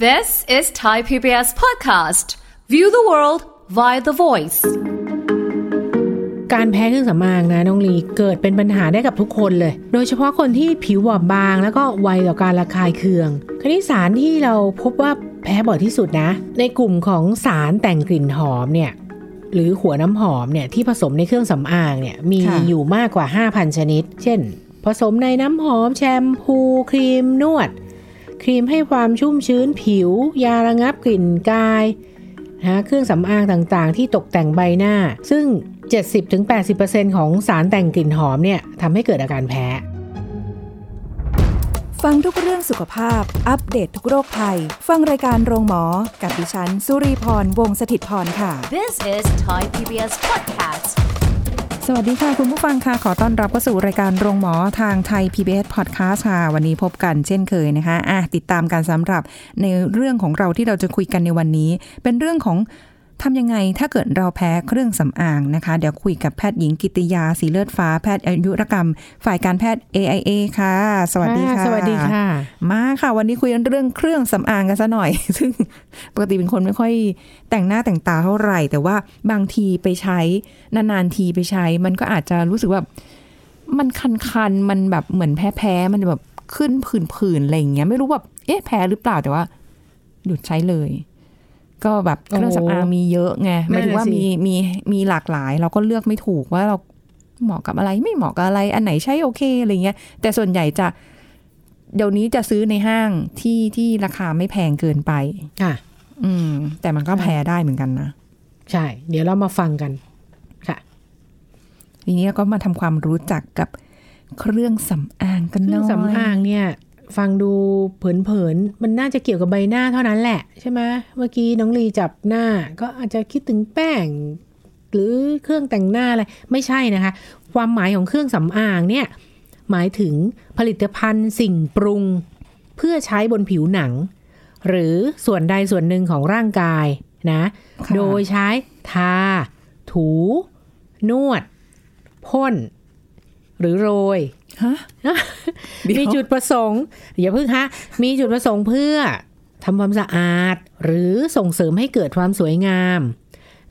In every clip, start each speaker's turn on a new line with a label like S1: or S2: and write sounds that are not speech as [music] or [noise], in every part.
S1: This is Thai PBS podcast. View the world via the voice.
S2: การแพ้เครื่องสำอางนะน้องลีเกิดเป็นปัญหาได้กับทุกคนเลย โดยเฉพาะคนที่ผิวบอบบาง แล้วก็ไวต่อการระคายเคือง คณิตสารที่เราพบว่าแพ้บ่อยที่สุดนะ ในกลุ่มของสารแต่งกลิ่นหอมเนี่ยหรือหัวน้ำหอมเนี่ยที่ผสมในเครื่องสำอางเนี่ยมี
S3: ค่ะ
S2: อยู่มากกว่า 5,000 ชนิด เช่น ผสมในน้ำหอมแชมพูครีมนวด ครีมให้ความชุ่มชื้นผิว ยาระงับกลิ่นกายนะเครื่องสำอางต่างๆ ที่ตกแต่งใบหน้า ซึ่ง 70-80%ของสารแต่งกลิ่นหอมเนี่ยทำให้เกิดอาการแพ้
S3: ฟังทุกเรื่องสุขภาพ อัปเดตทุกโรคภัย ฟังรายการโรงหมอ กับดิฉัน สุรีพร วงศิตพรค่ะ
S1: This is Thai PBS podcast.
S3: สวัสดีค่ะ คุณผู้ฟังค่ะ ขอต้อนรับเข้าสู่รายการโรงหมอทางไทย PBS Podcast ค่ะ วันนี้พบกันเช่นเคยนะคะอ่ะติดตามกันสำหรับในเรื่องของเราที่เราจะคุยกันในวันนี้ เป็นเรื่องของทำยังไงถ้าเกิดเราแพ้เครื่องสำอางนะคะ เดี๋ยวคุยกับแพทย์หญิงกิติยาสีเลือดฟ้าแพทย์อายุรกรรม ฝ่ายการแพทย์ AIA ค่ะ สวัสดีค่ะ
S2: สวัสดีค่ะ
S3: มาค่ะ วันนี้คุยกันเรื่องเครื่องสำอางกันซะหน่อย [laughs] ซึ่งปกติเป็นคนไม่ค่อยแต่งหน้าแต่งตาเท่าไหร่ แต่ว่าบางทีไปใช้ นานๆทีไปใช้ มันก็อาจจะรู้สึกว่า มันคันๆ มันแบบเหมือนแพ้ๆ มันแบบขึ้นผื่นๆ อะไรอย่างเงี้ย ไม่รู้ว่า เอ๊ะ แพ้หรือเปล่า แต่ว่า หยุดใช้เลย ก็แบบเครื่องสำอางมีเยอะไงหมายถึงว่า
S2: นั่นน่ะสิ
S3: มีมีมีหลากหลาย เราก็เลือกไม่ถูกว่าเราเหมาะกับอะไรไม่เหมาะกับอะไร อันไหนใช้โอเคอะไรเงี้ย แต่ส่วนใหญ่จะ เดี๋ยวนี้จะซื้อในห้างที่ที่ราคาไม่แพงเกินไป
S2: ค่ะ
S3: อืม แต่มันก็แพ้ได้เหมือนกันนะ
S2: ใช่ เดี๋ยวเรามาฟังกัน ค่ะ
S3: ทีนี้เราก็มาทำความรู้จักกับเครื่องสำอางกัน
S2: เค
S3: ห
S2: รื่
S3: น่
S2: อ
S3: อง ย
S2: สำอางเนี่ย ฟังดูเผินๆ มันน่าจะเกี่ยวกับใบหน้าเท่านั้นแหละใช่ไหมเมื่อกี้น้องลีจับหน้า ก็อาจจะคิดถึงแป้ง หรือเครื่องแต่งหน้าอะไร ไม่ใช่นะคะ ความหมายของเครื่องสำอางเนี่ย หมายถึงผลิตภัณฑ์สิ่งปรุง เพื่อใช้บนผิวหนัง หรือส่วนใดส่วนหนึ่งของร่างกายนะ
S3: ค่ะ
S2: โดยใช้ทา ถู นวด พ่น หรือโรย
S3: ฮ
S2: [laughs]
S3: ะ
S2: มีจุดประสงค์อย่าเพิ่งฮะ มีจุดประสงค์เพื่อทำความสะอาด หรือส่งเสริมให้เกิดความสวยงาม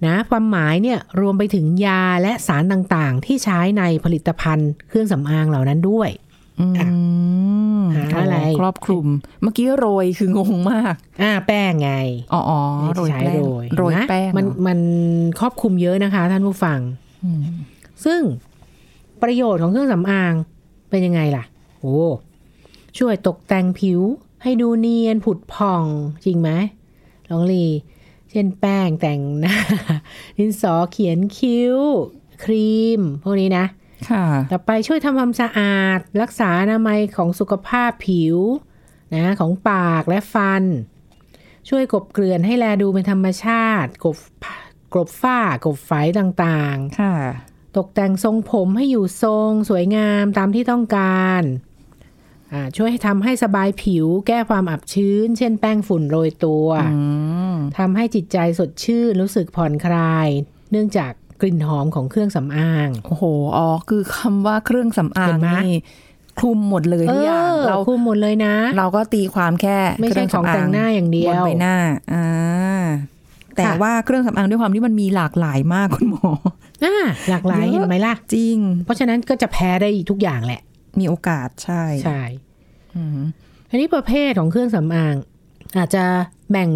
S2: นะความหมายเนี่ยรวมไปถึงยาและสารต่างๆ ที่ใช้ในผลิตภัณฑ์เครื่องสำอางเหล่านั้นด้วย
S3: อืม
S2: หาอะไร
S3: โครอบคลุม เมื่อกี้โรยคืองงมาก
S2: อ่าแป้งไง
S3: อ๋ออ๋อโรย
S2: ที่ใช้
S3: แป้งโรย
S2: นะ
S3: แป้ง
S2: มัน
S3: เหรอ
S2: มันครอบคลุมเยอะนะคะท่านผู้ฟัง
S3: อืม
S2: ซึ่งประโยชน์ของเครื่องสำอางเป็นยังไงล่ะ โอ้ช่วยตกแต่งผิวให้ดูเนียนผุดผ่องจริงไหมลองลี เช่นแป้งแต่งหน้า [laughs] ดินสอเขียนคิ้ว ครีม พวกนี้นะ
S3: ค่ะ
S2: ต่อไปช่วยทำความสะอาด รักษาอนามัยของสุขภาพผิวนะของปากและฟัน ช่วยกลบเกลื่อนให้แลดูเป็นธรรมชาติกลบกลบฝ้ากลบไฝต่างๆ
S3: ค่ะ
S2: ตกแต่งทรงผมให้อยู่ทรงสวยงามตามที่ต้องการอ่าช่วยให้ทำให้สบายผิว แก้ความอับชื้น เช่นแป้งฝุ่นโรยตัว
S3: อืม
S2: ทำให้จิตใจสดชื่น รู้สึกผ่อนคลาย เนื่องจากกลิ่นหอมของเครื่องสำอาง
S3: โอ้โห อ๋อ คือคำว่าเครื่องสำอา
S2: เห็
S3: ง
S2: นไหม
S3: นี่คลุมหมดเลยทุกอย่าง
S2: เ
S3: เรา
S2: คู่หมดเลยนะ
S3: เราก็ตีความแค่
S2: ไม่ใช่ของแต่งหน้าอย่างเดียว
S3: บนใบหน้า อ่า แต่ว่าเครื่องสำอางด้วยความที่มันมีหลากหลายมากคุณหมอ
S2: อ่าหลากหลาย
S3: เยอะ
S2: เห็นไหมล่ะ
S3: จริง
S2: เพราะฉะนั้นก็จะแพ้ได้ทุกอย่างแหละ
S3: มีโอกาสใช่
S2: ใช่
S3: อืม
S2: ทีนี้ประเภทของเครื่องสำอาง อาจจะแบ่ง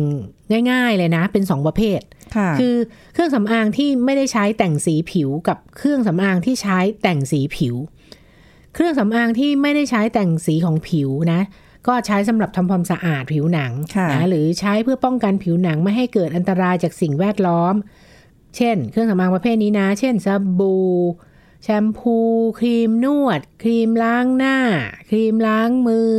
S2: ง่าย ๆเลยนะ เป็นสองประเภท
S3: ค่ะ
S2: คือเครื่องสำอางที่ไม่ได้ใช้แต่งสีผิวกับเครื่องสำอางที่ใช้แต่งสีผิว เครื่องสำอางที่ไม่ได้ใช้แต่งสีของผิวนะ ก็ใช้สำหรับทำความสะอาดผิวหนังนะหรือใช้เพื่อป้องกันผิวหนังไม่ให้เกิดอันตรายจากสิ่งแวดล้อม เช่น เครื่องสำอางประเภทนี้นะ เช่นสบู่แชมพู ครีมนวด ครีมล้างหน้า ครีมล้างมือ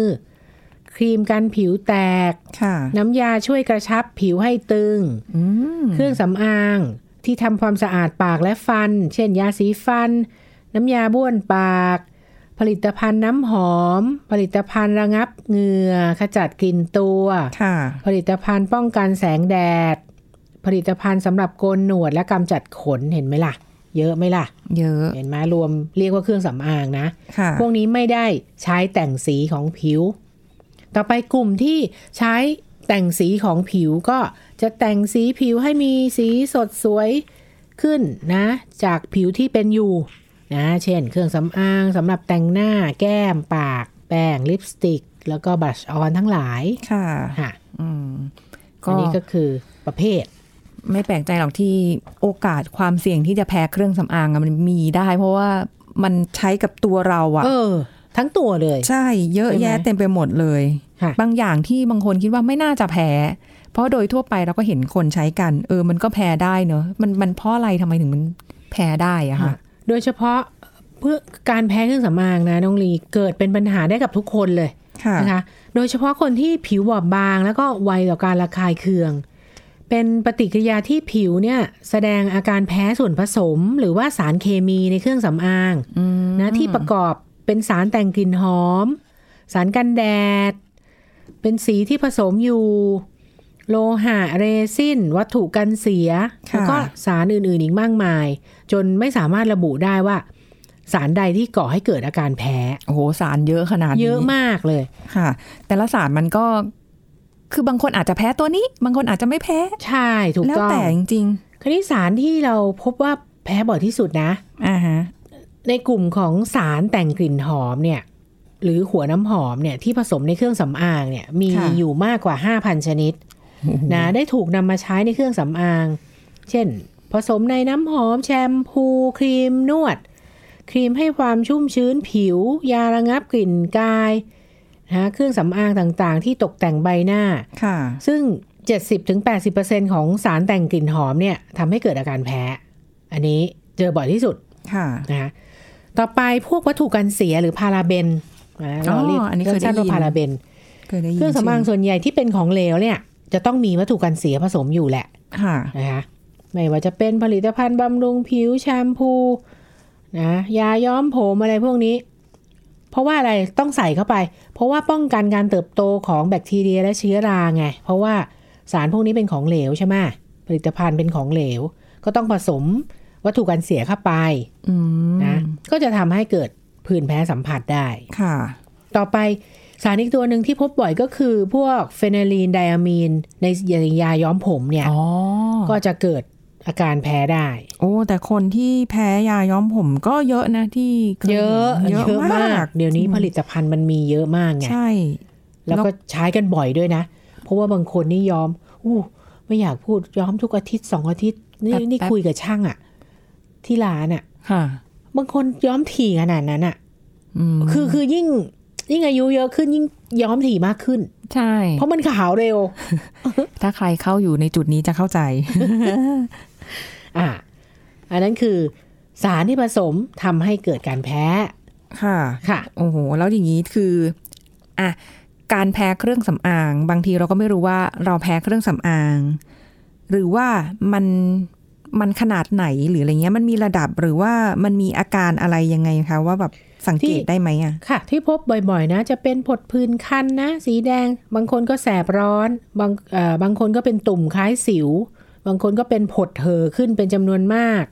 S2: ครีมกันผิวแตก
S3: ค่ะ
S2: น้ำยาช่วยกระชับผิวให้ตึง
S3: อืม
S2: เครื่องสำอางที่ทำความสะอาดปากและฟัน เช่นยาสีฟัน น้ำยาบ้วนปาก ผลิตภัณฑ์น้ำหอม ผลิตภัณฑ์ระงับเหงื่อขจัดกลิ่นตัว
S3: ค่ะ
S2: ผลิตภัณฑ์ป้องกันแสงแดด ผลิตภัณฑ์สำหรับโกนหนวดและกำจัดขนเห็นไหมล่ะ เยอะไหมล่ะ
S3: เยอะ
S2: เห็นไหมรวมเรียกว่าเครื่องสำอางนะ
S3: ค่ะ
S2: พวกนี้ไม่ได้ใช้แต่งสีของผิว ต่อไปกลุ่มที่ใช้ แต่งสีของผิวก็จะแต่งสีผิวให้มีสีสดสวยขึ้นนะ จากผิวที่เป็นอยู่นะเช่นเครื่องสำอางสำหรับแต่งหน้าแก้มปาก แป้งลิปสติก แล้วก็บลัชออนทั้งหลาย
S3: ค่ะ
S2: ค่ะ
S3: อืม
S2: อันนี้ก็คือประเภท
S3: ไม่แปลกใจหรอกที่โอกาสความเสี่ยงที่จะแพ้เครื่องสำอางอะมันมีได้ เพราะว่ามันใช้กับตัวเราอะ
S2: เออ ทั้งตัวเลย
S3: ใช่เยอะ
S2: ใช่ไหม
S3: แยะเต็มไปหมดเลย
S2: ค่ะ
S3: บางอย่างที่บางคนคิดว่าไม่น่าจะแพ้ เพราะโดยทั่วไปเราก็เห็นคนใช้กัน เออ มันก็แพ้ได้เนอะมันมันเพราะอะไรทำไมถึงมันแพ้ได้อะ
S2: ค่ะ
S3: คะ
S2: โดยเฉพาะเพื่อการแพ้เครื่องสำอางนะน้องลีเกิดเป็นปัญหาได้กับทุกคนเลย
S3: ค่ะ
S2: นะคะโดยเฉพาะคนที่ผิวบอบบาง แล้วก็ไวต่อการระคายเคือง เป็นปฏิกิริยาที่ผิวเนี่ยแสดงอาการแพ้ส่วนผสม หรือว่าสารเคมีในเครื่องสำอางนะที่ประกอบเป็นสารแต่งกลิ่นหอม สารกันแดด เป็นสีที่ผสมอยู่ โลหะเรซินวัตถุกันเสีย
S3: ค่ะ
S2: แล้วก็สารอื่นๆอีกมากมาย จนไม่สามารถระบุได้ว่า สารใดที่ก่อให้เกิดอาการแพ้
S3: โอ้โหสารเยอะขนาดนี้
S2: เยอะมากเลย
S3: ค่ะ แต่ละสารมันก็ คือบางคนอาจจะแพ้ตัวนี้ บางคนอาจจะไม่แพ้
S2: ใช่ถูก
S3: แล้ว
S2: ต้อง
S3: แต่จริง
S2: คราวนี้สารที่เราพบว่าแพ้บ่อยที่สุดนะ
S3: ๆอ่าฮะ
S2: ในกลุ่มของสารแต่งกลิ่นหอมเนี่ย หรือหัวน้ำหอมเนี่ยที่ผสมในเครื่องสำอางเนี่ยมี
S3: ค่ะ
S2: อยู่มากกว่า 5,000 ชนิดนะได้ถูกนำมาใช้ในเครื่องสำอาง เช่น ผสมในน้ำหอมแชมพูครีมนวด ครีมให้ความชุ่มชื้นผิว ยาระงับกลิ่นกายนะเครื่องสำอางต่างๆ ที่ตกแต่งใบหน้า
S3: ค่ะ
S2: ซึ่ง 70-80%ของสารแต่งกลิ่นหอมเนี่ยทำให้เกิดอาการแพ้ อันนี้เจอบ่อยที่สุด
S3: ค่ะ
S2: นะคะต่อไปพวกวัตถุกันเสียหรือพาราเบนนะเราเรียก
S3: อ๋ออันนี้เคยได้ยิน
S2: สั้นๆว่าพาราเบน
S3: เคยได้ยิน
S2: เครื่องสำอางส่วนใหญ่ที่เป็นของเหลวเนี่ย จะต้องมีวัตถุกันเสียผสมอยู่แหละ
S3: ค่ะ
S2: นะคะไม่ว่าจะเป็นผลิตภัณฑ์บำรุงผิวแชมพูนะยาย้อมผมอะไรพวกนี้ เพราะว่าอะไรต้องใส่เข้าไป เพราะว่าป้องกันการเติบโตของแบคทีเรียและเชื้อราไง เพราะว่าสารพวกนี้เป็นของเหลวใช่ไหมผลิตภัณฑ์เป็นของเหลว ก็ต้องผสมวัตถุกันเสียเข้าไป
S3: อืม
S2: นะก็จะทำให้เกิดผื่นแพ้สัมผัสได้
S3: ค่ะ
S2: ต่อไปสารอีกตัวหนึ่งที่พบบ่อยก็คือพวกเฟนาลีนไดอะมีนในยาย้อมผมเนี่ย
S3: อ๋อ
S2: ก็จะเกิดอาการแพ้ได้
S3: โอ้ แต่คนที่แพ้ยาย้อมผมก็เยอะนะที่ค
S2: เยอะ
S3: เยอะมาก
S2: เดี๋ยวนี้ผลิตภัณฑ์มันมีเยอะมากไง
S3: ใช่
S2: แล้วก็ใช้กันบ่อยด้วยนะ เพราะว่าบางคนนี่ย้อมอู้ไม่อยากพูดย้อมทุกอาทิตย์สองอาทิตย์นี่
S3: แป๊บ
S2: นี่
S3: แป๊บ
S2: คุยกับช่างอะที่ร้านอะ
S3: ค่ะ
S2: บางคนย้อมถี่ขนาดนั้นอะ
S3: อืม
S2: คือคือยิ่งยิ่งอายุเยอะขึ้นยิ่งย้อมถี่มากขึ้น
S3: ใช่
S2: เพราะมันขาวเร็ว
S3: ถ้าใครเข้าอยู่ในจุดนี้จะเข้าใจ
S2: อ่ะอันนั้นคือสารที่ผสมทำให้เกิดการแพ้
S3: ค่ะ
S2: ค่ะ
S3: โอ้โห แล้วอย่างนี้คืออ่ะการแพ้เครื่องสำอาง บางทีเราก็ไม่รู้ว่าเราแพ้เครื่องสำอาง หรือว่ามันมันขนาดไหนหรืออะไรเงี้ย มันมีระดับหรือว่ามันมีอาการอะไรยังไงคะ ว่าแบบสังเกต
S2: ที่
S3: ได้ไหมอ่ะ
S2: ค่ะ ที่พบบ่อยๆ นะ จะเป็นผดพื้นคันนะ สีแดง บางคนก็แสบร้อน บางเอ่อบางคนก็เป็นตุ่มคล้ายสิว บางคนก็เป็นผดเหอขึ้นเป็นจำนวนมาก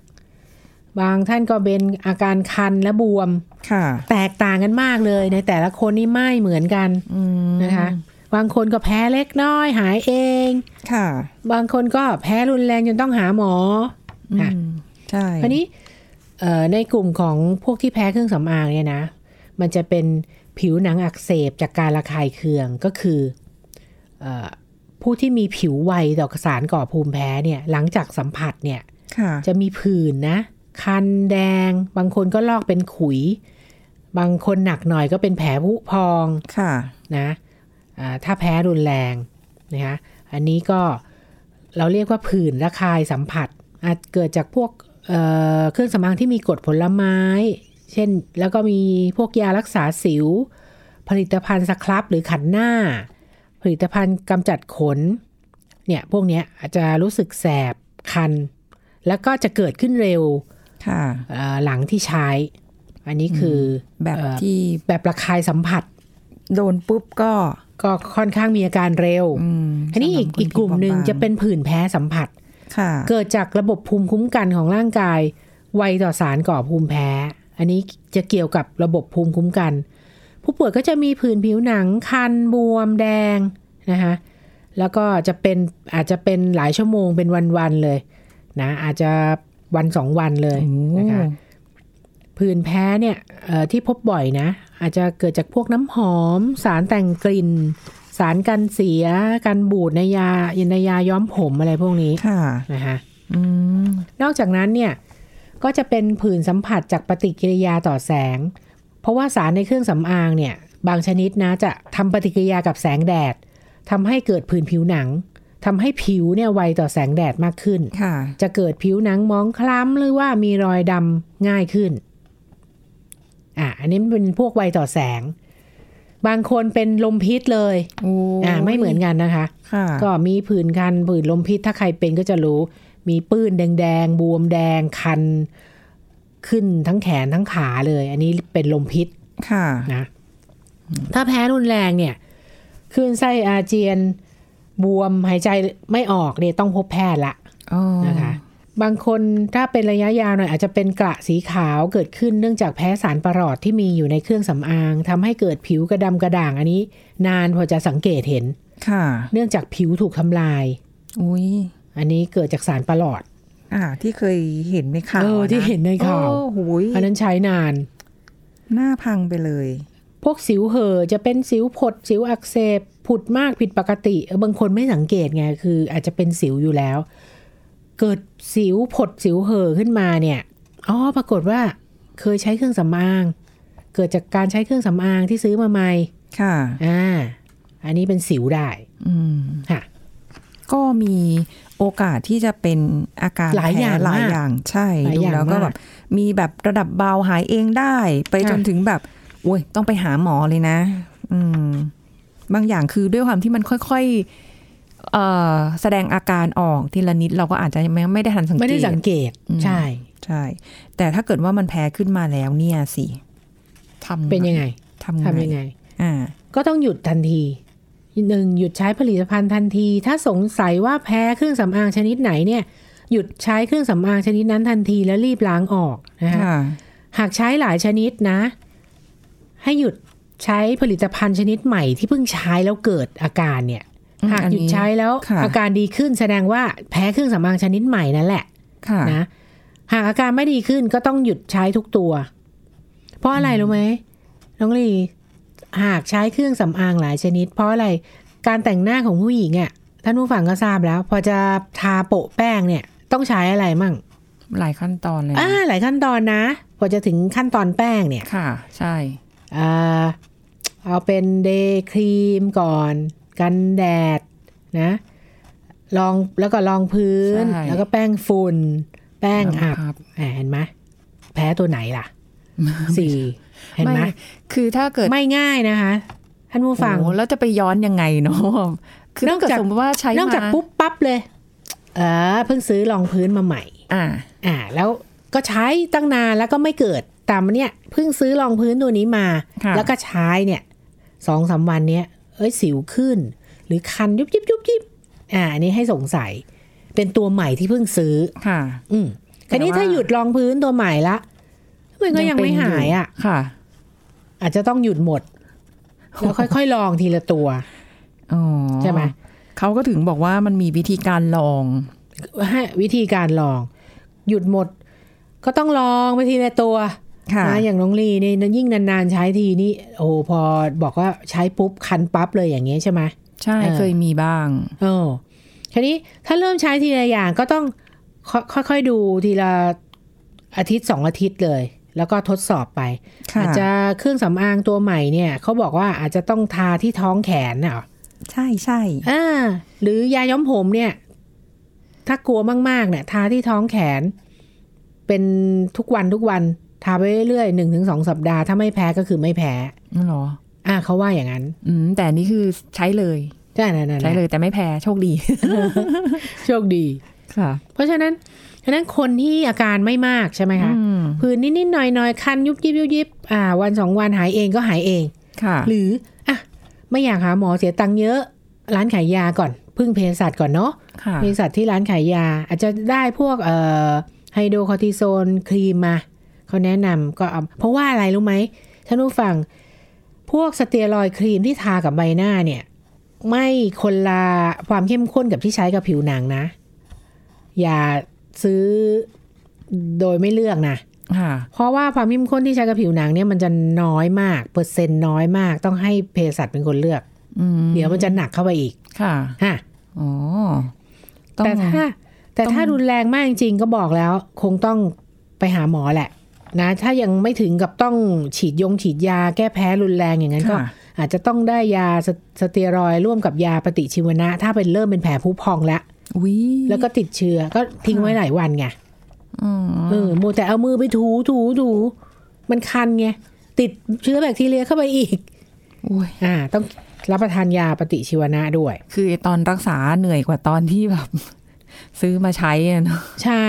S2: บางท่านก็เป็นอาการคันและบวม
S3: ค่ะ
S2: แตกต่างกันมากเลยในแต่ละคนนี่ไม่เหมือนกัน
S3: อืม
S2: นะคะ บางคนก็แพ้เล็กน้อยหายเอง
S3: ค่ะ
S2: บางคนก็แพ้รุนแรงจนต้องหาหมอ
S3: อื
S2: อค่ะ
S3: ม ใช่
S2: คราวนี้เอ่อในกลุ่มของพวกที่แพ้เครื่องสำอางเนี่ยนะ มันจะเป็นผิวหนังอักเสบจากการระคายเคืองก็คือเออผู้ที่มีผิวไวต่อสารก่อภูมิแพ้เนี่ยหลังจากสัมผัสเนี่ย
S3: ค่ะ
S2: จะมีผื่นนะ คันแดง บางคนก็ลอกเป็นขุย บางคนหนักหน่อยก็เป็นแผลผุพอง
S3: ค่ะ
S2: นะอ่าถ้าแพ้รุนแรงนะคะอันนี้ก็เราเรียกว่าผื่นระคายสัมผัสอาจเกิดจากพวกเอ่อเครื่องสำอางที่มีกรดผลไม้ เช่นแล้วก็มีพวกยารักษาสิว ผลิตภัณฑ์สครับหรือขันหน้า ผลิตภัณฑ์กำจัดขนเนี่ยพวกเนี้ยอาจจะรู้สึกแสบคัน แล้วก็จะเกิดขึ้นเร็ว
S3: ค่ะ
S2: เอ่อหลังที่ใช้ อันนี้คืออ
S3: แบบ
S2: เอ่อ
S3: ที่
S2: แบบระคายสัมผัส
S3: โดนปุ๊บก็
S2: ก็ค่อนข้างมีอาการเร็ว
S3: อืม
S2: อันนี้อีก
S3: สำหรับคน
S2: อีกกลุ่มหนึ่ง
S3: ผิวบาง
S2: จะเป็นผื่นแพ้สัมผัส
S3: ค่ะ
S2: เกิดจากระบบภูมิคุ้มกันของร่างกาย ไวต่อสารก่อภูมิแพ้ อันนี้จะเกี่ยวกับระบบภูมิคุ้มกัน ผู้ป่วยก็จะมีผื่นผิวหนังคันบวมแดงนะคะ แล้วก็จะเป็นอาจจะเป็นหลายชั่วโมงเป็นวันๆเลยนะอาจจะวันสองวันเลยนะคะ ผื่นแพ้เนี่ยเอ่อที่พบบ่อยนะ อาจจะเกิดจากพวกน้ำหอม สารแต่งกลิ่น สารกันเสียกันบูดในยาในยาย้อมผมอะไรพวกนี้
S3: ค่ะ
S2: นะคะ
S3: อืม
S2: นอกจากนั้นเนี่ยก็จะเป็นผื่นสัมผัสจากปฏิกิริยาต่อแสง เพราะว่าสารในเครื่องสำอางเนี่ยบางชนิดนะจะทำปฏิกิริยากับแสงแดดทำให้เกิดผื่นผิวหนังทำให้ผิวเนี่ยไวต่อแสงแดดมากขึ้น
S3: ค่ะ
S2: จะเกิดผิวหนังมองคล้ำหรือว่ามีรอยดำง่ายขึ้น อ่ะ อันนี้มันเป็นพวกไวต่อแสง บางคนเป็นลมพิษเลย
S3: โอ้
S2: อ่า ไม่เหมือนกันนะคะ
S3: ค่ะ
S2: ก็มีผื่นคันผื่นลมพิษถ้าใครเป็นก็จะรู้ มีปื้นแดงๆ บวมแดงคัน ขึ้นทั้งแขนทั้งขาเลย อันนี้เป็นลมพิษ
S3: ค่ะ
S2: นะถ้าแพ้รุนแรงเนี่ยคลื่นไส้อาเจียน บวมหายใจไม่ออกเนี่ยต้องพบแพทย์ละ
S3: อ๋อ
S2: นะคะ บางคนถ้าเป็นระยะยาวหน่อยอาจจะเป็นกระสีขาวเกิดขึ้นเนื่องจากแพ้สารประหลอดที่มีอยู่ในเครื่องสำอางทำให้เกิดผิวกระดำกระด่างอันนี้ นานพอจะสังเกตเห็น
S3: ค่ะ
S2: เนื่องจากผิวถูกทำลาย
S3: อุ้ย
S2: อันนี้เกิดจากสารประหลอด
S3: อ่า ที่เคยเห็นในข่าว
S2: เออที่
S3: ะ
S2: เห็นในข่าว
S3: โอ้โหย
S2: อันนั้นใช้นาน
S3: หน้าพังไปเลย
S2: พวกสิวเห่อจะเป็นสิวผดสิวอักเสบผุดมากผิดปกติเออบางคนไม่สังเกตไงคือ อาจจะเป็นสิวอยู่แล้ว เกิดสิวผดสิวเห่อขึ้นมาเนี่ยอ๋อปรากฏว่า เคยใช้เครื่องสำอาง เกิดจากการใช้เครื่องสำอางที่ซื้อมาใหม่
S3: ค่ะ
S2: อ่าอันนี้เป็นสิวได้
S3: อืม
S2: ค่ะ
S3: ก็มีโอกาสที่จะเป็นอาการ
S2: หลาย
S3: แพ้
S2: อย่าง
S3: หลาย
S2: มาก
S3: อย่างใช่
S2: หลาย
S3: ดู
S2: อย่าง
S3: แล้วก็
S2: มาก
S3: แบบมีแบบระดับเบาหายเองได้ ไป
S2: ค่ะ
S3: จนถึงแบบโอ้ยต้องไปหาหมอเลยนะ อืม บางอย่างคือด้วยความที่มันค่อยๆเอ่อแสดงอาการออกทีละนิดเราก็อาจจะไม่ไม่ได้ทันสังเกต
S2: ไม่ได้สังเกต
S3: อืม
S2: ใช่
S3: ใช่ แต่ถ้าเกิดว่ามันแพ้ขึ้นมาแล้วเนี่ยสิทำ
S2: เป็นยังไง
S3: ทำไง
S2: ทำยังไง
S3: อ่า
S2: ก็ต้องหยุดทันทีหนึ่งหยุดใช้ผลิตภัณฑ์ทันที ถ้าสงสัยว่าแพ้เครื่องสำอางชนิดไหนเนี่ย หยุดใช้เครื่องสำอางชนิดนั้นทันทีแล้วรีบล้างออกนะคะ
S3: ค่ะ
S2: หากใช้หลายชนิดนะ ให้หยุดใช้ผลิตภัณฑ์ชนิดใหม่ที่เพิ่งใช้แล้วเกิดอาการเนี่ย
S3: อืม
S2: หากหยุดใช้แล้ว
S3: อันนี้ค่ะ
S2: อาการดีขึ้นแสดงว่าแพ้เครื่องสำอางชนิดใหม่นั่นแหละ
S3: ค่ะ
S2: นะหากอาการไม่ดีขึ้นก็ต้องหยุดใช้ทุกตัว เพราะอะไรรู้ไหมน้องลีหากใช้เครื่องสำอางหลายชนิด เพราะอะไรการแต่งหน้าของผู้หญิงอ่ะท่านผู้ฟังก็ทราบแล้ว พอจะทาโปะแป้งเนี่ย ต้องใช้อะไรมั่ง
S3: หลายขั้นตอนเลยนะ
S2: อ่าหลายขั้นตอนนะกว่าจะถึงขั้นตอนแป้งเนี่ย
S3: ค่ะ ใช่
S2: อ่าเอาเป็นเดย์ครีมก่อน กันแดดนะรองแล้วก็รองพื้น
S3: ใช่
S2: แล้วก็แป้งฝุ่น แป้งอับ
S3: ครับ
S2: อ่ะเห็นไหมแพ้ตัวไหนล่ะ สี่เห็นไหม
S3: ไม่ [laughs] คือถ้าเกิด
S2: ไม่ง่ายนะคะ ท่านผู้ฟัง
S3: โอ้โหแล้วจะไปย้อนยังไงเนา
S2: [laughs]
S3: ะ คือน น
S2: อ
S3: อก ก
S2: จาก
S3: จากสมมติว่าใช้
S2: นอกจาก
S3: มา
S2: ปุ๊บปั๊บเลย เออเพิ่งซื้อรองพื้นมาใหม่
S3: อ่า
S2: อ่า แล้วก็ใช้ตั้งนานแล้วก็ไม่เกิดแต่มันเนี่ยเพิ่งซื้อรองพื้นตัวนี้มา
S3: ค่ะ
S2: แล้วก็ใช้เนี่ยสองสามวันเนี้ยเอ้ยสิวขึ้น หรือคันยุบยิบยุบยิบอ่าอันนี้ให้สงสัย เป็นตัวใหม่ที่เพิ่งซื้อ
S3: ค่ะ
S2: อืม
S3: แต่
S2: คันนี้ถ้า
S3: ว่า
S2: หยุดรองพื้นตัวใหม่ละมันก็ยังไม่
S3: เป็น
S2: หายอ่ะ
S3: ค่ะ
S2: อาจจะต้องหยุดหมด แล้วค่อย ๆ ลองทีละตัว
S3: อ๋อ
S2: ใช่ไหม
S3: เขาก็ถึงบอกว่ามันมีวิธีการลอง
S2: ให้วิธีการลอง หยุดหมด ก็ต้องลองไปทีละตัวนะอย่างน้องลีนี่ยิ่งนานๆใช้ทีนี่โอ้โหพอบอกว่าใช้ปุ๊บคันปั๊บเลยอย่างเงี้ยใช่ไหม
S3: ใช่
S2: เออ
S3: เคยมีบ้าง
S2: โอ้ทีนี้ถ้าเริ่มใช้ทีละอย่างก็ต้องค่ค่อยๆดูทีละอาทิตย์สองอาทิตย์เลย แล้วก็ทดสอบไป
S3: ค่ะ
S2: อาจจะเครื่องสำอางตัวใหม่เนี่ยเขาบอกว่าอาจจะต้องทาที่ท้องแขนน่ะเหรอ
S3: ใช่ใช่
S2: อ่าหรือยาย้อมผมเนี่ย ถ้ากลัวมาก ๆ เนี่ย ทาที่ท้องแขน เป็นทุกวันทุกวัน ทาไปเรื่อยๆหนึ่งถึงสองสัปดาห์ ถ้าไม่แพ้ก็คือไม่แพ้
S3: นั่นเหรอ
S2: อ่าเขาว่าอย่างนั้น
S3: อืม แต่อันนี่คือใช้เลย
S2: ใช่นั่นนั่น
S3: ใช้เลยแต่ไม่แพ้โชคดี
S2: โชคดี
S3: ค่ะ
S2: เพราะฉะนั้นฉะนั้นคนที่อาการไม่มากใช่ไหมคะ
S3: อืม
S2: ผื่นนิดๆหน่อยๆคันยุบยิบยุบยิบอ่า วันสองวันหายเองก็หายเอง
S3: ค่ะ
S2: หรืออ่ะไม่อยากหาหมอเสียตังค์เยอะ ร้านขายยาก่อน พึ่งเภสัชก่อนเนาะ
S3: ค่ะ
S2: เภสัชที่ร้านขายยาอาจจะได้พวกเอ่อไฮโดรคอร์ติโซนครีมมาเขาแนะนำก็เอาเพราะว่าอะไรรู้ไหมท่านผู้ฟัง พวกสเตียรอยด์ครีมที่ทากับใบหน้าเนี่ย ไม่คนละความเข้มข้นกับที่ใช้กับผิวหนังนะ อย่าซื้อโดยไม่เลือกนะ
S3: ค่ะ
S2: เพราะว่าความเข้มข้นที่ใช้กับผิวหนังเนี่ยมันจะน้อยมากเปอร์เซ็นต์น้อยมาก ต้องให้เภสัชเป็นคนเลือก
S3: อืม
S2: เดี๋ยวมันจะหนักเข้าไปอีก
S3: ค่ะ
S2: ฮะ
S3: อ๋อต้อง
S2: แต่ถ้า แต่
S3: ต้อง
S2: ถ้ารุนแรงมากจริงๆก็บอกแล้ว คงต้องไปหาหมอแหละนะ ถ้ายังไม่ถึงกับต้องฉีดยงฉีดยาแก้แพ้รุนแรงอย่างนั้นก็
S3: ค่ะ
S2: อาจจะต้องได้ยาสสเตียรอยด์ร่วมกับยาปฏิชีวนะ ถ้าเป็นเริ่มเป็นแผลผุพองแล้ว
S3: อุ๊ย
S2: แล้วก็ติดเชื้อก็ทิ้งไว้หลายวันไง
S3: อ๋อ
S2: เออมูแต่เอามือไปถูถูถูมันคันไง ติดเชื้อแบคทีเรียเข้าไปอีก
S3: อุ๊ย
S2: อ่า ต้องรับประทานยาปฏิชีวนะด้วย
S3: คือตอนรักษาเหนื่อยกว่าตอนที่แบบ [laughs] ซื้อมาใช้อะเนาะ
S2: ใช่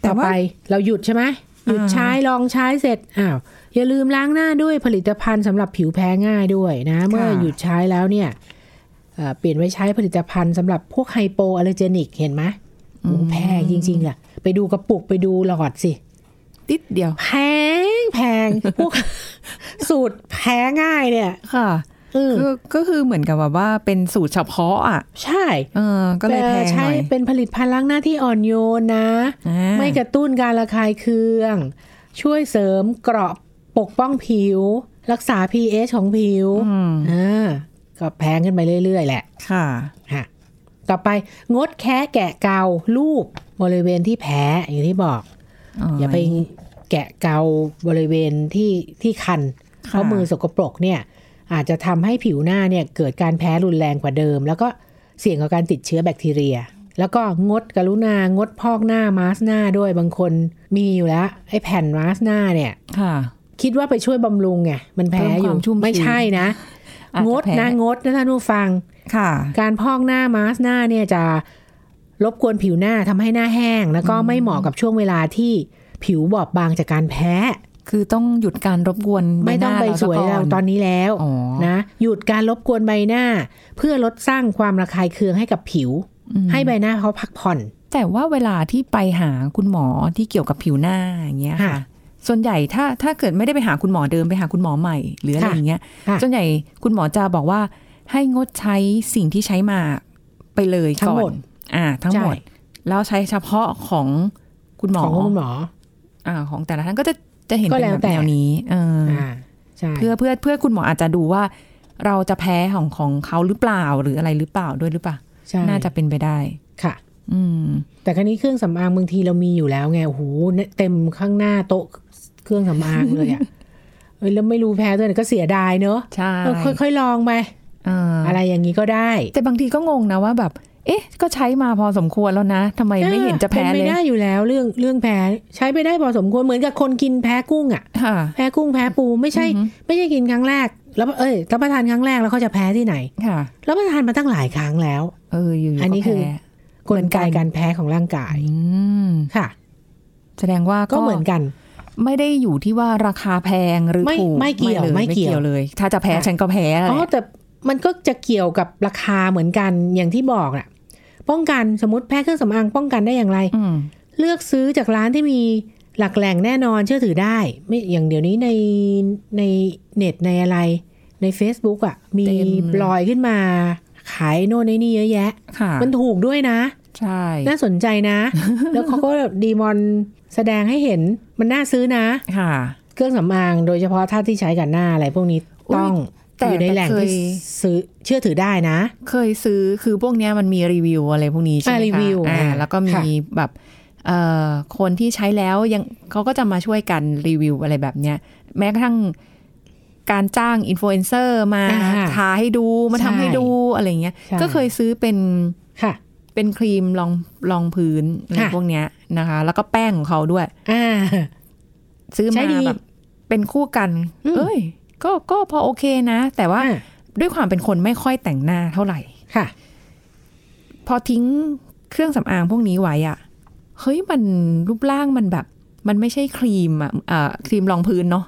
S3: แต่
S2: ต่อ
S3: ว่า
S2: ไปเราหยุดใช่ไหมหยุด
S3: อ่า
S2: ใช้ลองใช้เสร็จอ้าวอย่าลืมล้างหน้าด้วยผลิตภัณฑ์สำหรับผิวแพ้ง่ายด้วยนะ เมื่อหยุดใช้แล้วเนี่ยเอ่อเปลี่ยนไว้ใช้ผลิตภัณฑ์สำหรับพวกไฮโปอ l ลเลอร์เจนิกเห็นไหมโอ้แพงจริงๆล่ะ ไปดูกระปุกไปดูหลอดสิ
S3: ติดเดียว
S2: แพงแพง พวก [laughs] สูตรแพ้ง่ายเนี่ย
S3: ค่ะ
S2: เออ
S3: ก็ก็คือเหมือนกับแบบว่าเป็นสูตรเฉพาะอ่ะ
S2: ใช่
S3: เออ ก็เลยแพงห
S2: ใช้
S3: น่อย
S2: เป็นผลิตภัณฑ์ล้างหน้าที่อ่อนโยนนะ
S3: อ่า
S2: ไม่กระตุ้นการระคายเคือง ช่วยเสริมเกราะปกป้องผิว รักษา pH ของผิว
S3: อืม
S2: อ่าก็แพงขึ้นไปเรื่อย ๆ แหละ
S3: ค่ะ
S2: ฮะต่อไปงดแคะแกะเกาลูบบริเวณที่แพ้อย่างที่บอก อย่าไปแกะเกาบริเวณที่ที่คัน
S3: ค่ะ
S2: เพราะมือสกปรกเนี่ยอาจจะทำให้ผิวหน้าเนี่ยเกิดการแพ้รุนแรงกว่าเดิม แล้วก็เสี่ยงกับการติดเชื้อแบคทีเรีย แล้วก็งดกรุณางดพอกหน้ามาสก์หน้าด้วยบางคนมีอยู่แล้วไอ้แผ่นมาสก์หน้าเนี่ย
S3: ค่ะ
S2: คิดว่าไปช่วยบำรุงไงมันแพ้
S3: เพิ่
S2: อยู่
S3: มความชุ่มชื้น
S2: ไม่ใช่นะ
S3: อาจ
S2: ง
S3: จ
S2: ด
S3: แพ้
S2: นะงดนะท่านผู้ฟัง
S3: ค่ะ
S2: การพอกหน้ามาสก์หน้าเนี่ยจะรบกวนผิวหน้าทำให้หน้าแห้ง แล้วก็ไม่เหมาะกับช่วงเวลาที่ผิวบอบบางจากการแพ้
S3: คือต้องหยุดการรบกวน
S2: ไม่ต้องไปสวยเราตอนนี้แล้ว
S3: อ๋อ
S2: นะหยุดการรบกวนใบหน้า เพื่อลดสร้างความระคายเคืองให้กับผิว ให้ใบหน้าเขาพักผ่อน
S3: แต่ว่าเวลาที่ไปหาคุณหมอที่เกี่ยวกับผิวหน้าอย่างเงี้ยค่ะ
S2: ค่ะ
S3: ส่วนใหญ่ถ้าถ้าเกิดไม่ได้ไปหาคุณหมอเดิมไปหาคุณหมอใหม่ หรืออะไร
S2: ค่ะ
S3: อย่างเงี้ย
S2: ค่ะ
S3: ส่วนใหญ่คุณหมอจะบอกว่าให้งดใช้สิ่งที่ใช้มาไปเลย
S2: ทั้ง
S3: ก่อ
S2: หมด
S3: นอ่า ทั้งหมด
S2: ใช่
S3: แล้วใช้เฉพาะของคุณหมอ
S2: ของคุณหมอ
S3: อ่า ของแต่ละท่านก็จะจะเห็น
S2: ก็
S3: เป็น
S2: แล้ว
S3: แบบ
S2: แต่
S3: แนวนี้เอออ
S2: อ่าใช่
S3: เพื่อเพื่อเพื่อคุณหมออาจจะดูว่า เราจะแพ้ของของเขาหรือเปล่าหรืออะไรหรือเปล่าด้วยหรือเปล่า
S2: ใช่
S3: น่าจะเป็นไปได้
S2: ค่ะ
S3: อืม
S2: แต่ครั้นี้เครื่องสำอางบางทีเรามีอยู่แล้วไงโอ้โหเนี่ยเต็มข้างหน้าโต๊ะเครื่องสำอางเลย
S3: [laughs]
S2: อ่ะ เอ้ยแล้วไม่รู้แพ้ด้วยเนี่ยก็เสียดายเนอะ
S3: ใช่
S2: เออค่อยๆลองไป
S3: อ่า
S2: อะไรอย่างนี้ก็ได้
S3: แต่บางทีก็งงนะว่าแบบ เอ๊ะ ก็ใช้มาพอสมควรแล้วนะทำไมไม่เห็นจะแพ้
S2: ป็น
S3: เล
S2: ไม่
S3: ย
S2: ได้อยู่แล้วเรื่องเรื่องแพ้ใช้ไปได้พอสมควรเหมือนกับคนกินแพ้กุ้งอ่ะ
S3: ค่ะ
S2: แพ้กุ้งแพ้ปูไม่ใช่
S3: อือหือ
S2: ไม่ใช่กินครั้งแรก แล้วเอ้ยรับประทานครั้งแรกแล้วเขาจะแพ้ที่ไหน
S3: ค่ะ
S2: รับประทานมาตั้งหลายครั้งแล้ว
S3: เออ อยู่ๆ
S2: อันนี้
S3: ก็
S2: คือ
S3: แพ้
S2: ก
S3: เหมื
S2: ล
S3: อน
S2: ไก
S3: กัน
S2: การแพ้ของร่างกาย
S3: อืม
S2: ค่ะ
S3: แสดงว่า
S2: ก็เหมือนกัน
S3: ไม่ได้อยู่ที่ว่าราคาแพงหรือ
S2: ไม่
S3: ถูก
S2: ไม่เกี่ยว
S3: ล
S2: ไม่เกี่ยว
S3: เลย ถ้าจะแพ้ฉันก็แพ้แหละ
S2: อ๋อแต่มันก็จะเกี่ยวกับราคาเหมือนกันอย่างที่บอกน่ะ ป้องกันสมมติแพ้เครื่องสำอางป้องกันได้อย่างไร
S3: ม
S2: เลือกซื้อจากร้านที่มีหลักแหล่งแน่นอนเชื่อถือได้ ไม่อย่างเดี๋ยวนี้ในในเน็ตในอะไร ใน Facebook อ่ะมีปลอยขึ้นมา ขายโน่นไอ้นี่เยอะแยะ
S3: ค่ะ
S2: มันถูกด้วยนะ
S3: ใช่
S2: น่าสนใจนะ
S3: [laughs]
S2: แล้วเขาก็ดีมอนแสดงให้เห็นมันน่าซื้อนะ
S3: ค่ะ
S2: เครื่องสำอางโดยเฉพาะถ้าที่ใช้กับหน้าอะไรพวกนี้
S3: อุ๊ย
S2: ต้อง
S3: แต่
S2: อยู่ในแหล่ง
S3: แต่เคย
S2: ที่ซื้อเชื่อถือได้นะ
S3: เคยซื้อคือพวกเนี้ยมันมีรีวิวอะไรพวกนี้ใช่ไหม
S2: อ่า
S3: คะ
S2: รีวิว
S3: อ่า
S2: อ่า
S3: แล้วก็มี
S2: ค่ะ
S3: แบบเอ่อคนที่ใช้แล้วยังเขาก็จะมาช่วยกันรีวิวอะไรแบบเนี้ย แม้กระทั่งการจ้างอินฟลูเอนเซอร์มา
S2: อ่าฮะ
S3: ทาให้ดูมาทำให้ดูอะไรอย่างเงี้ย
S2: ใช่
S3: ก็เคยซื้อเป็น
S2: ค่ะ
S3: เป็นครีมรองรองพื้นอะไร
S2: ค่ะ
S3: พวกเนี้ยนะคะ แล้วก็แป้งของเขาด้วย
S2: อ่า
S3: ซื้อ
S2: ใช้
S3: มา
S2: ดี
S3: แบบเป็นคู่กัน
S2: อืม
S3: เอ้ย ก็ก็พอโอเคนะ แต่ว่า
S2: อ่า
S3: ด้วยความเป็นคนไม่ค่อยแต่งหน้าเท่าไหร่
S2: ค่ะ
S3: พอทิ้งเครื่องสำอางพวกนี้ไว้อะเฮ้ยมันรูปร่างมันแบบ มันไม่ใช่ครีมอะเอ่อครีมรองพื้นเนาะ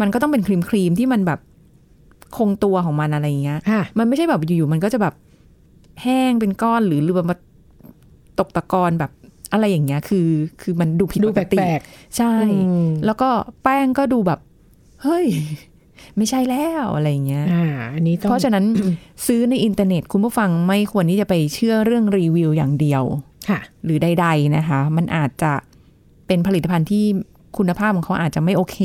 S3: มันก็ต้องเป็นครีมครีมที่มันแบบคงตัวของมันอะไรอย่างเงี้ย
S2: ค่ะ
S3: มันไม่ใช่แบบอยู่ๆมันก็จะแบบแห้งเป็นก้อนหรือหรือแบบมาตกตะกอนแบบอะไรอย่างเงี้ย คือ คือมันดูผิด
S2: ดู
S3: ป
S2: แป
S3: กติ
S2: ลก
S3: ใช่
S2: ๆอืม
S3: แล้วก็แป้งก็ดูแบบ เฮ้ย ไม่ใช่แล้วอะไรอย่างเงี้ย
S2: อ่าอันนี้ต้อง
S3: เพราะฉะนั้น ซื้อในอินเทอร์เน็ตคุณผู้ฟังไม่ควรที่จะไปเชื่อเรื่องรีวิวอย่างเดียว
S2: ค่ะ
S3: หรือใด ๆนะคะ มันอาจจะเป็นผลิตภัณฑ์ที่คุณภาพของเขาอาจจะไม่โอเค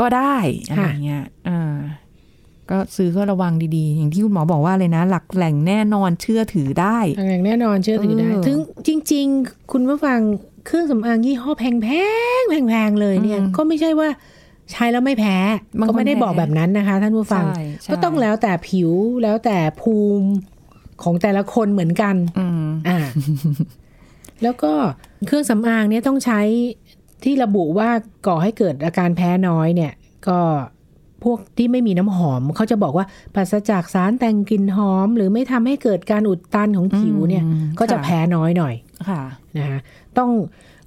S3: ก็ได้อะไร
S2: ค่ะ
S3: เงี้ยอ่าก็ซื้อก็ระวังดีๆ อย่างที่คุณหมอบอกว่าเลยนะ หลักแหล่งแน่นอนเชื่อถือได้
S2: อย่างแน่นอนเชื่อถือได้
S3: เออ
S2: ถึงจริง ๆ คุณผู้ฟังเครื่องสำอางยี่ห้อแพงแพงแพงแพงๆเลยเนี่ย ก็ไม่ใช่ว่าใช้แล้วไม่แพ้
S3: บางคน
S2: ก็ไม่ได้บอก
S3: แพ้
S2: แบบนั้นนะคะ ท่านผู้ฟัง
S3: ใช่ใช่
S2: ก็ต้องแล้วแต่ผิวแล้วแต่ภูมิของแต่ละคนเหมือนกัน
S3: อืม
S2: อ่า แล้วก็เครื่องสำอางเนี่ยต้องใช้ที่ระบุว่าก่อให้เกิดอาการแพ้น้อยเนี่ย ก็พวกที่ไม่มีน้ำหอม เขาจะบอกว่าปราศจากสารแต่งกลิ่นหอม หรือไม่ทำให้เกิดการอุดตันของผิวเนี่ย
S3: อืม
S2: ก็จะ
S3: ค่ะ
S2: แพ้น้อยหน่อย
S3: ค่ะ
S2: นะคะต้อง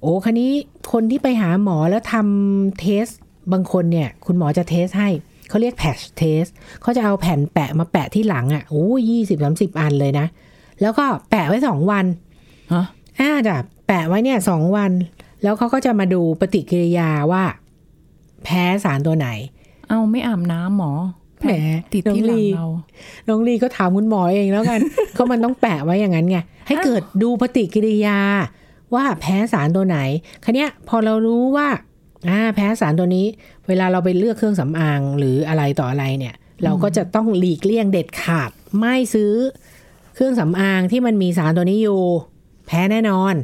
S2: โอ้คันนี้คนที่ไปหาหมอแล้วทำเทส บางคนเนี่ย คุณหมอจะเทสให้ เขาเรียกแพชเทสเขาจะเอาแผ่นแปะมาแปะที่หลังอะ่ะโอ้ยี่สิบสามสิบอันเลยนะ แล้วก็แปะไว้สองวัน
S3: ฮะ
S2: อ่าจ้ะแปะไว้เนี่ยสองวัน แล้วเขาก็จะมาดูปฏิกิริยาว่า แพ้สารตัวไหน
S3: เอาไม่อาบน้ำหมอ
S2: แหม
S3: ติดที่หลัง
S2: น้อลี
S3: เรา
S2: น้องลีก็ถามคุณหมอเองแล้วกัน [laughs] เขามันต้องแปะไว้อย่างนั้นไงให้เกิดดูปฏิกิริยา ว่าแพ้สารตัวไหน คันเนี้ยพอเรารู้ว่าอ่าแพ้สารตัวนี้ เวลาเราไปเลือกเครื่องสำอางหรืออะไรต่ออะไรเนี่ย เราก็จะต้องหลีกเลี่ยงเด็ดขาด ไม่ซื้อเครื่องสำอางที่มันมีสารตัวนี้อยู่ แพ้แน่นอน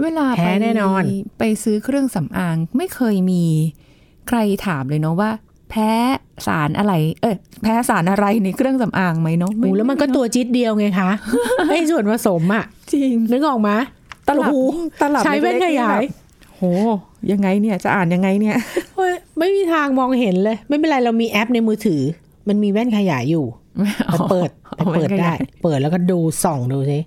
S3: เวลา
S2: แพ้
S3: ไป
S2: แน่นอน
S3: ไปซื้อเครื่องสำอางไม่เคยมีใครถามเลยเนาะว่า แพ้สารอะไร เออแพ้สารอะไรในเครื่องสำอางไหมเนาะไ
S2: โอ้แล้วมันก็ตัวจิ๊ดเดียวไงคะ ไอ้ส่วนผสมอะ
S3: จริง
S2: นึกออกมา
S3: ตลับ
S2: โอ้โห
S3: ตลับ
S2: ใช้แว่น
S3: ล็กๆ
S2: ขยาย
S3: แบบโห ยังไงเนี่ยจะอ่านยังไงเนี่ย
S2: โอ้ยไม่มีทางมองเห็นเลย ไม่เป็นไรเรามีแอปในมือถือ มันมีแว่นขยายอยู่ไปเปิดไป
S3: เอาแว่น
S2: เปิด
S3: ขยาย
S2: ได้ เปิดแล้วก็ดูส่องดูสิ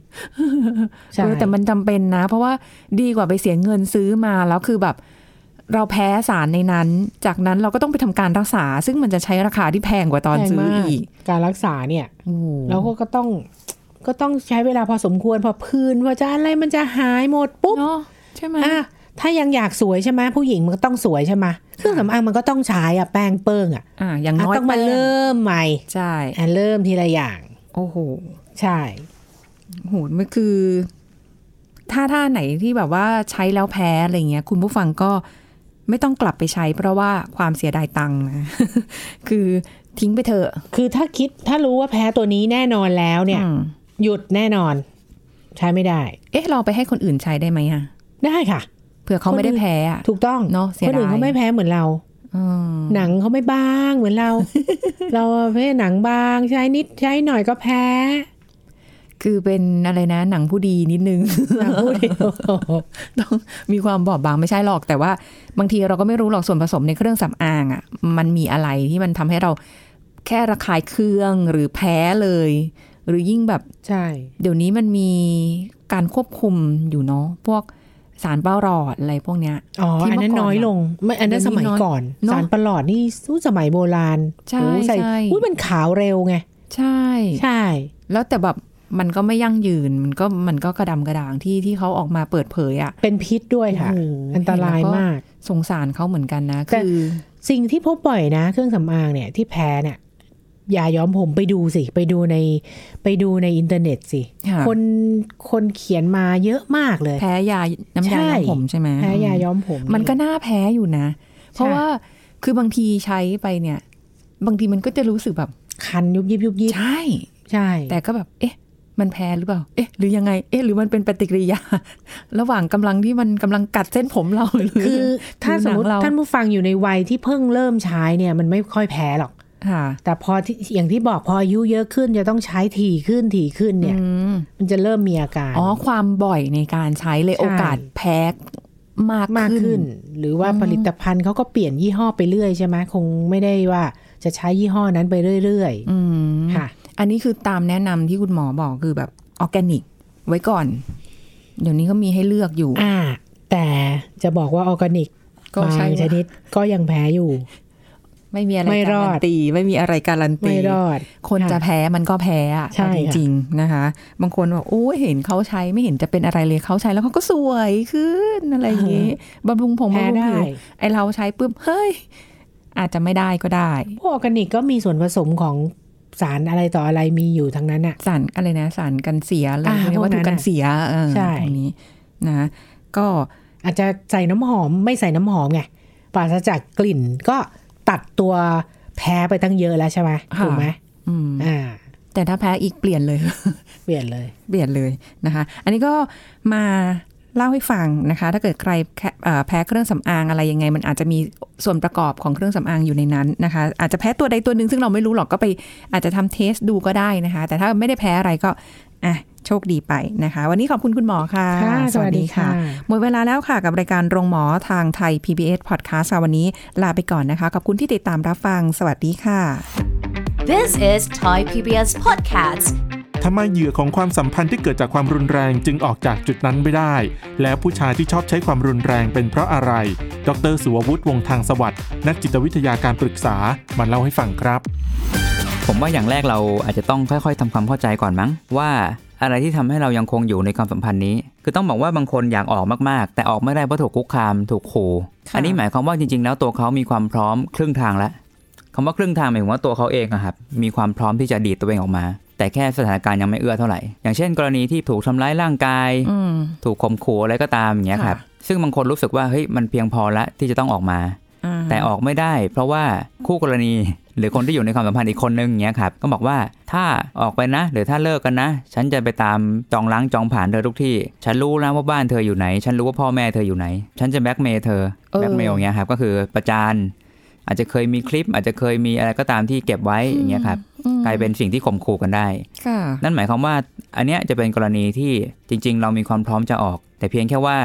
S2: ใช่
S3: เออแต่มันจำเป็นนะ เพราะว่าดีกว่าไปเสียเงินซื้อมาแล้วคือแบบ เราแพ้สารในนั้น จากนั้นเราก็ต้องไปทำการรักษา ซึ่งมันจะใช้ราคาที่แพงกว่าตอนซื้อ
S2: แพงมาก
S3: อีก
S2: การรักษาเนี่ย
S3: โอ้โห
S2: เราก็ก็ต้องก็ต้องใช้เวลาพอสมควรพอพื้นพอจะอะไรมันจะหายหมดปุ๊บ
S3: เนาะใช่ไหม
S2: อ่ะถ้ายังอยากสวยใช่ไหมผู้หญิงมันก็ต้องสวยใช่ไหมเครื่องสำอางมันก็ต้องใช้อะแป้งเปิ้งอะ
S3: อ่าอย่าง
S2: อ่ะ
S3: น้อย
S2: ต้องมาเริ่มใหม่
S3: ใช่
S2: อ่ะเริ่มทีละอย่าง
S3: โอ้โห
S2: ใช่
S3: โอ้โหมันคือ ถ้าท่าไหนที่แบบว่าใช้แล้วแพ้อะไรเงี้ย คุณผู้ฟังก็ไม่ต้องกลับไปใช้ เพราะว่าความเสียดายตังค์นะ [laughs] คือทิ้งไปเถอะ
S2: คือถ้าคิดถ้ารู้ว่าแพ้ตัวนี้แน่นอนแล้วเนี่ย
S3: อืม
S2: หยุดแน่นอน ใช้ไม่ได้
S3: เอ๊ะเราไปให้คนอื่นใช้ได้ไหมอะ
S2: ได้ค่ะ
S3: เผื่อเขาไม่ได้แพ้อะ
S2: ถูกต้อง
S3: เนอะเสีย
S2: ค
S3: ดาย
S2: นอื่นเขาไม่แพ้เหมือนเรา
S3: อืม
S2: หนังเขาไม่บางเหมือนเรา [laughs] เราประเภทหนังบาง ใช้นิดใช้หน่อยก็แพ้
S3: คือเป็นอะไรนะ หนังผู้ดีนิดนึง [laughs]
S2: หนังพูดเดียว [laughs]
S3: ต้องมีความบอบบางไม่ใช่หรอก แต่ว่าบางทีเราก็ไม่รู้หรอกส่วนผสมในเครื่องสำอางอะ่ะ มันมีอะไรที่มันทำให้เราแค่ระคายเคืองหรือแพ้เลย หรือยิ่งแบบ
S2: ใช่
S3: เดี๋ยวนี้มันมีการควบคุมอยู่เนาะพวกสารเป้าหลอดอะไรพวกเนี้ย
S2: อ๋อ
S3: ที่
S2: อัน
S3: เมื่อก่อน
S2: นั้นน้อยลง ไม่อันนั้น
S3: เดี๋
S2: ส
S3: ยวนี้
S2: มัย
S3: น้อย
S2: ก่อน
S3: เนอะ
S2: สารประหลอดนี่สู้สมัยโบราณ
S3: ใช่
S2: โอ้โห
S3: ใช่
S2: อุ้ยมันขาวเร็วไง
S3: ใช่
S2: ใช่
S3: แล้วแต่แบบมันก็ไม่ยั่งยืนมันก็มันก็กระดำกระด่างที่ที่เขาออกมาเปิดเผยอะ่ะ
S2: เป็นพิษด้วยค่ะ
S3: โอ้โห
S2: อันตราย
S3: เห็นแล้วก็
S2: มาก
S3: สงสารเขาเหมือนกันนะ
S2: แต่
S3: คือ
S2: สิ่งที่พบบ่อยนะเครื่องสำอางเนี่ยที่แพ้เนี่ยยาย้อมผมไปดูสิไปดูในไปดูในอินเทอร์เน็ตสิ
S3: ค่ะ
S2: คนคนเขียนมาเยอะมากเลย
S3: แพ้ยาน้ำยา
S2: ใช่
S3: ย้อมผมใช่ไหม
S2: แพ้ยาย้อมผม
S3: มันก็น่าแพ้อยู่นะ เพราะว่าคือบางทีใช้ไปเนี่ย บางทีมันก็จะรู้สึกแบบ
S2: คันยุบยิบยุบยิบ
S3: ใช่
S2: ใช่
S3: แต่ก็แบบ เอ๊ะ มันแพ้หรือเปล่า เอ๊ะ หรือยังไง เอ๊ะ หรือมันเป็นปฏิกิริยา [laughs] ระหว่างกำลังที่มันกำลังกัดเส้นผมเราหรือ
S2: คือถ้า
S3: ผิ
S2: สม
S3: วหนัง
S2: มติ
S3: เรา
S2: ท่านผู้ฟังอยู่ในวัยที่เพิ่งเริ่มใช้เนี่ยมันไม่ค่อยแพ้หรอก
S3: [laughs] ค่ะ
S2: แต่พอที่อย่างที่บอกพออายุเยอะขึ้นจะต้องใช้ถี่ขึ้นถี่ขึ้นเนี่ย
S3: อืม
S2: มันจะเริ่มมีอาการ
S3: อ๋อ ความบ่อยในการใช้เลย
S2: ใช่
S3: โอกาสแพ้มาก
S2: มาก
S3: ขึ้
S2: ขึ้
S3: น
S2: น หรือว่าผลิตภัณฑ์เขาก็เปลี่ยนยี่ห้อไปเรื่อยใช่ไหมคงไม่ได้ว่าจะใช้ยี่ห้อนั้นไปเรื่อย
S3: อืม
S2: ๆค่ะ
S3: อันนี้คือตามแนะนำที่คุณหมอบอกคือแบบออร์แกนิก ไว้ก่อน เดี๋ยวนี้ก็มีให้เลือกอยู่
S2: อ่า แต่จะบอกว่าออร์แกนิก
S3: ก็ใช่
S2: บาง
S3: ว่า
S2: ชนิดก็ยังแพ้อยู่
S3: ไม่มีอะไร
S2: ไม่ร
S3: กา
S2: อด
S3: รันตีไม่มีอะไรการันตี
S2: ไม่รอด
S3: คนจะแพ้มันก็แพ้อะ
S2: ใช่
S3: เอาจ
S2: ค่ะ
S3: ริงๆนะคะ บางคนบอกโอ้ยเห็นเขาใช้ไม่เห็นจะเป็นอะไรเลยเขาใช้แล้วเขาก็สวยขึ้นอะไรอย่างงี้บำรุงผม
S2: แพ้
S3: บำรุง
S2: ได้
S3: ผิวไอเราใช้ปุ๊บเฮ้ย อาจจะไม่ได้ก็ได้
S2: พวกออร์แกนิกก็มีส่วนผสมของสารอะไรต่ออะไรมีอยู่ทั้งนั้นอ่ะ
S3: สารอะไรนะสารกันเสียอะไร
S2: อ่า
S3: พวก
S2: พ
S3: นี้
S2: วก
S3: วัต
S2: นั้
S3: ถุ
S2: น
S3: กันเสียเออ
S2: ใช่
S3: ตรงนี้นะก็
S2: อาจจะใส่น้ำหอมไม่ใส่น้ำหอมไงปราศจากกลิ่นก็ตัดตัวแพ้ไปตั้งเยอะแล้วใช่ไหมถูกไหม
S3: อืม
S2: อ่า
S3: แต่ถ้าแพ้อีกเปลี่ยนเลย
S2: เปลี่ยนเลย
S3: เปลี่ยนเลยนะคะ อันนี้ก็มาเล่าให้ฟังนะคะ ถ้าเกิดใครแค่เอ่อแพ้เครื่องสำอางอะไรยังไง มันอาจจะมีส่วนประกอบของเครื่องสำอางอยู่ในนั้นนะคะ อาจจะแพ้ตัวใดตัวหนึ่งซึ่งเราไม่รู้หรอกก็ไปอาจจะทำเทสดูก็ได้นะคะ แต่ถ้าไม่ได้แพ้อะไรก็อ่ะโชคดีไปนะคะ วันนี้ขอบคุณคุณหมอค่ะ
S2: ค่ะสวัสดีค่ะ
S3: หมดเวลาแล้วค่ะกับรายการโรงหมอทางไทย PBS Podcast ค่ะวันนี้ลาไปก่อนนะคะ ขอบคุณที่ติดตามรับฟัง สวัสดีค่ะ
S1: This is Thai PBS Podcast.
S4: ทำไมเหยื่อของความสัมพันธ์ที่เกิดจากความรุนแรงจึงออกจากจุดนั้นไม่ได้ และผู้ชายที่ชอบใช้ความรุนแรงเป็นเพราะอะไร ดรสุวัตวงศ์ทางสวัสด์นักจิตวิทยาการปรึกษามาเล่าให้ฟังครับ
S5: ผมว่าอย่างแรกเราอาจจะต้องค่อย ๆทำความเข้าใจก่อนมั้ง ว่าอะไรที่ทำให้เรายังคงอยู่ในความสัมพันธ์นี้ คือต้องบอกว่าบางคนอยากออกมากๆ แต่ออกไม่ได้เพราะถูกคุกคามถูกขู่
S3: ค่ะ
S5: อันนี้หมายความว่าจริงๆ แล้วตัวเขามีความพร้อมครึ่งทางแล้วคำว่าครึ่งทางหมายถึงว่าตัวเขาเองอะครับมีความพร้อมที่จะดีดตัวเองออกมา แต่แค่สถานการณ์ยังไม่เอื้อเท่าไหร่ อย่างเช่น กรณีที่ถูกทำร้ายร่างกาย
S3: อืม
S5: ถูกข่มขู่อะไรก็ตามอย่างเงี้ยครับซึ่งบางคนรู้สึกว่าเฮ้ยมันเพียงพอละที่จะต้องออกมา
S3: อ่า
S5: แต่ออกไม่ได้ เพราะว่าคู่กรณี หรือคนที่อยู่ในความสัมพันธ์อีกคนนึงอย่างเงี้ยครับก็บอกว่าถ้าออกไปนะ หรือถ้าเลิกกันนะ ฉันจะไปตามจองล้างจองผ่านเธอทุกที่ ฉันรู้นะว่าบ้านเธออยู่ไหน ฉันรู้ว่าพ่อแม่เธออยู่ไหน ฉันจะแบล็กเมย์เธอ
S2: เออ
S5: แบล็กเมย์อย่างเงี้ยครับก็คือประจาน อาจจะเคยมีคลิป อาจจะเคยมีอะไรก็ตามที่เก็บไว้อย่างเงี้ยครับ
S3: อืม
S5: กลายเป็นสิ่งที่ข่มขู่กันได้
S3: ค่ะ
S5: นั่นหมายความว่าอันเนี้ยจะเป็นกรณีที่จริง ๆ เรามีความพร้อมจะออก แต่เพียงแค่ว่า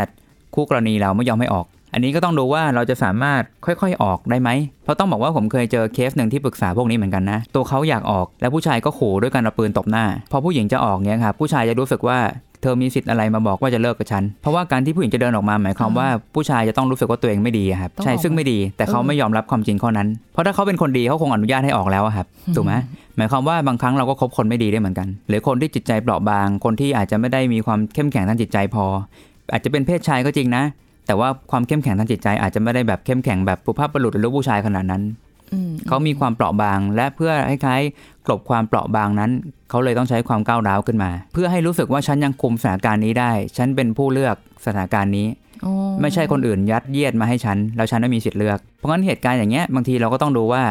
S5: คู่กรณีเราไม่ยอมให้ออก อันนี้ก็ต้องดูว่าเราจะสามารถค่อยๆออกได้ไหมเพราะต้องบอกว่าผมเคยเจอเคสหนึ่งที่ปรึกษาพวกนี้เหมือนกันนะตัวเขาอยากออกแล้วผู้ชายก็ขู่ด้วยการเอาปืนตบหน้า พอผู้หญิงจะออกเนี้ยครับผู้ชายจะรู้สึกว่าเธอมีสิทธิ์อะไรมาบอกว่าจะเลิกกับฉันเพราะว่าการที่ผู้หญิงจะเดินออกมาหมายความว่าผู้ชายจะต้องรู้สึกว่าตัวเองไม่ดีอะครับ
S3: ต้อง
S5: ใช่
S3: ออกมา
S5: ซึ่งไม่ดี แต่เขาไม่ยอมรับความจริงข้อนั้น เพราะถ้าเขาเป็นคนดีเขาคงอนุญาตให้ออกแล้วอะครับถูกไหม หมายความว่าบางครั้งเราก็คบคนไม่ดีได้เหมือนกัน หรือคนที่จิตใจเปราะบาง คนที่อาจจะไม่ได้มีความเข้มแข็งทางจิตใจพอ อาจจะเป็นเพศชายก็จริงนะ แต่ว่าความเข้มแข็งทางจิตใจอาจจะไม่ได้แบบเข้มแข็งแบบปุพภาพบุรุษหรือลูกผู้ชายขนาดนั้น
S3: อืม
S5: เขามีความเปราะบาง และเพื่อให้คล้ายๆกลบความเปราะบางนั้น เขาเลยต้องใช้ความก้าวร้าวขึ้นมา เพื่อให้รู้สึกว่าฉันยังคุมสถานการณ์นี้ได้ ฉันเป็นผู้เลือกสถานการณ์นี้
S3: อ๋อ
S5: ไม่ใช่คนอื่นยัดเยียดมาให้ฉัน แล้วฉันไม่มีสิทธิ์เลือก เพราะงั้นเหตุการณ์อย่างเงี้ยบางทีเราก็ต้องดูว่า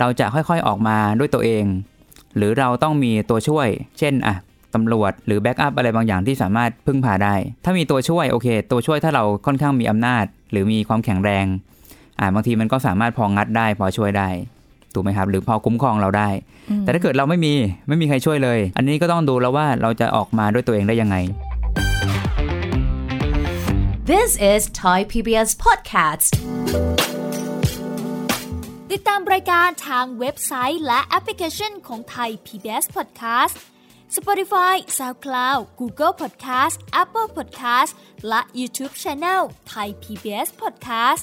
S5: เราจะค่อยๆออกมาด้วยตัวเอง หรือเราต้องมีตัวช่วย เช่นอะตำรวจหรือแบ็กอัพอะไรบางอย่างที่สามารถพึ่งพาได้ ถ้ามีตัวช่วยโอเค ตัวช่วยถ้าเราค่อนข้างมีอำนาจ หรือมีความแข็งแรงอ่าบางทีมันก็สามารถพองัดได้พอช่วยได้ถูกไหมครับ หรือพอคุ้มครองเราได้ แต่ถ้าเกิดเราไม่มีไม่มีใครช่วยเลย อันนี้ก็ต้องดูแล้วว่าเราจะออกมาด้วยตัวเองได้ยังไง
S1: This is Thai PBS Podcast.
S6: ติดตามรายการทางเว็บไซต์และแอปพลิเคชันของไทย PBS Podcast Spotify SoundCloud Google Podcast Apple Podcast และ YouTube Channel Thai PBS Podcast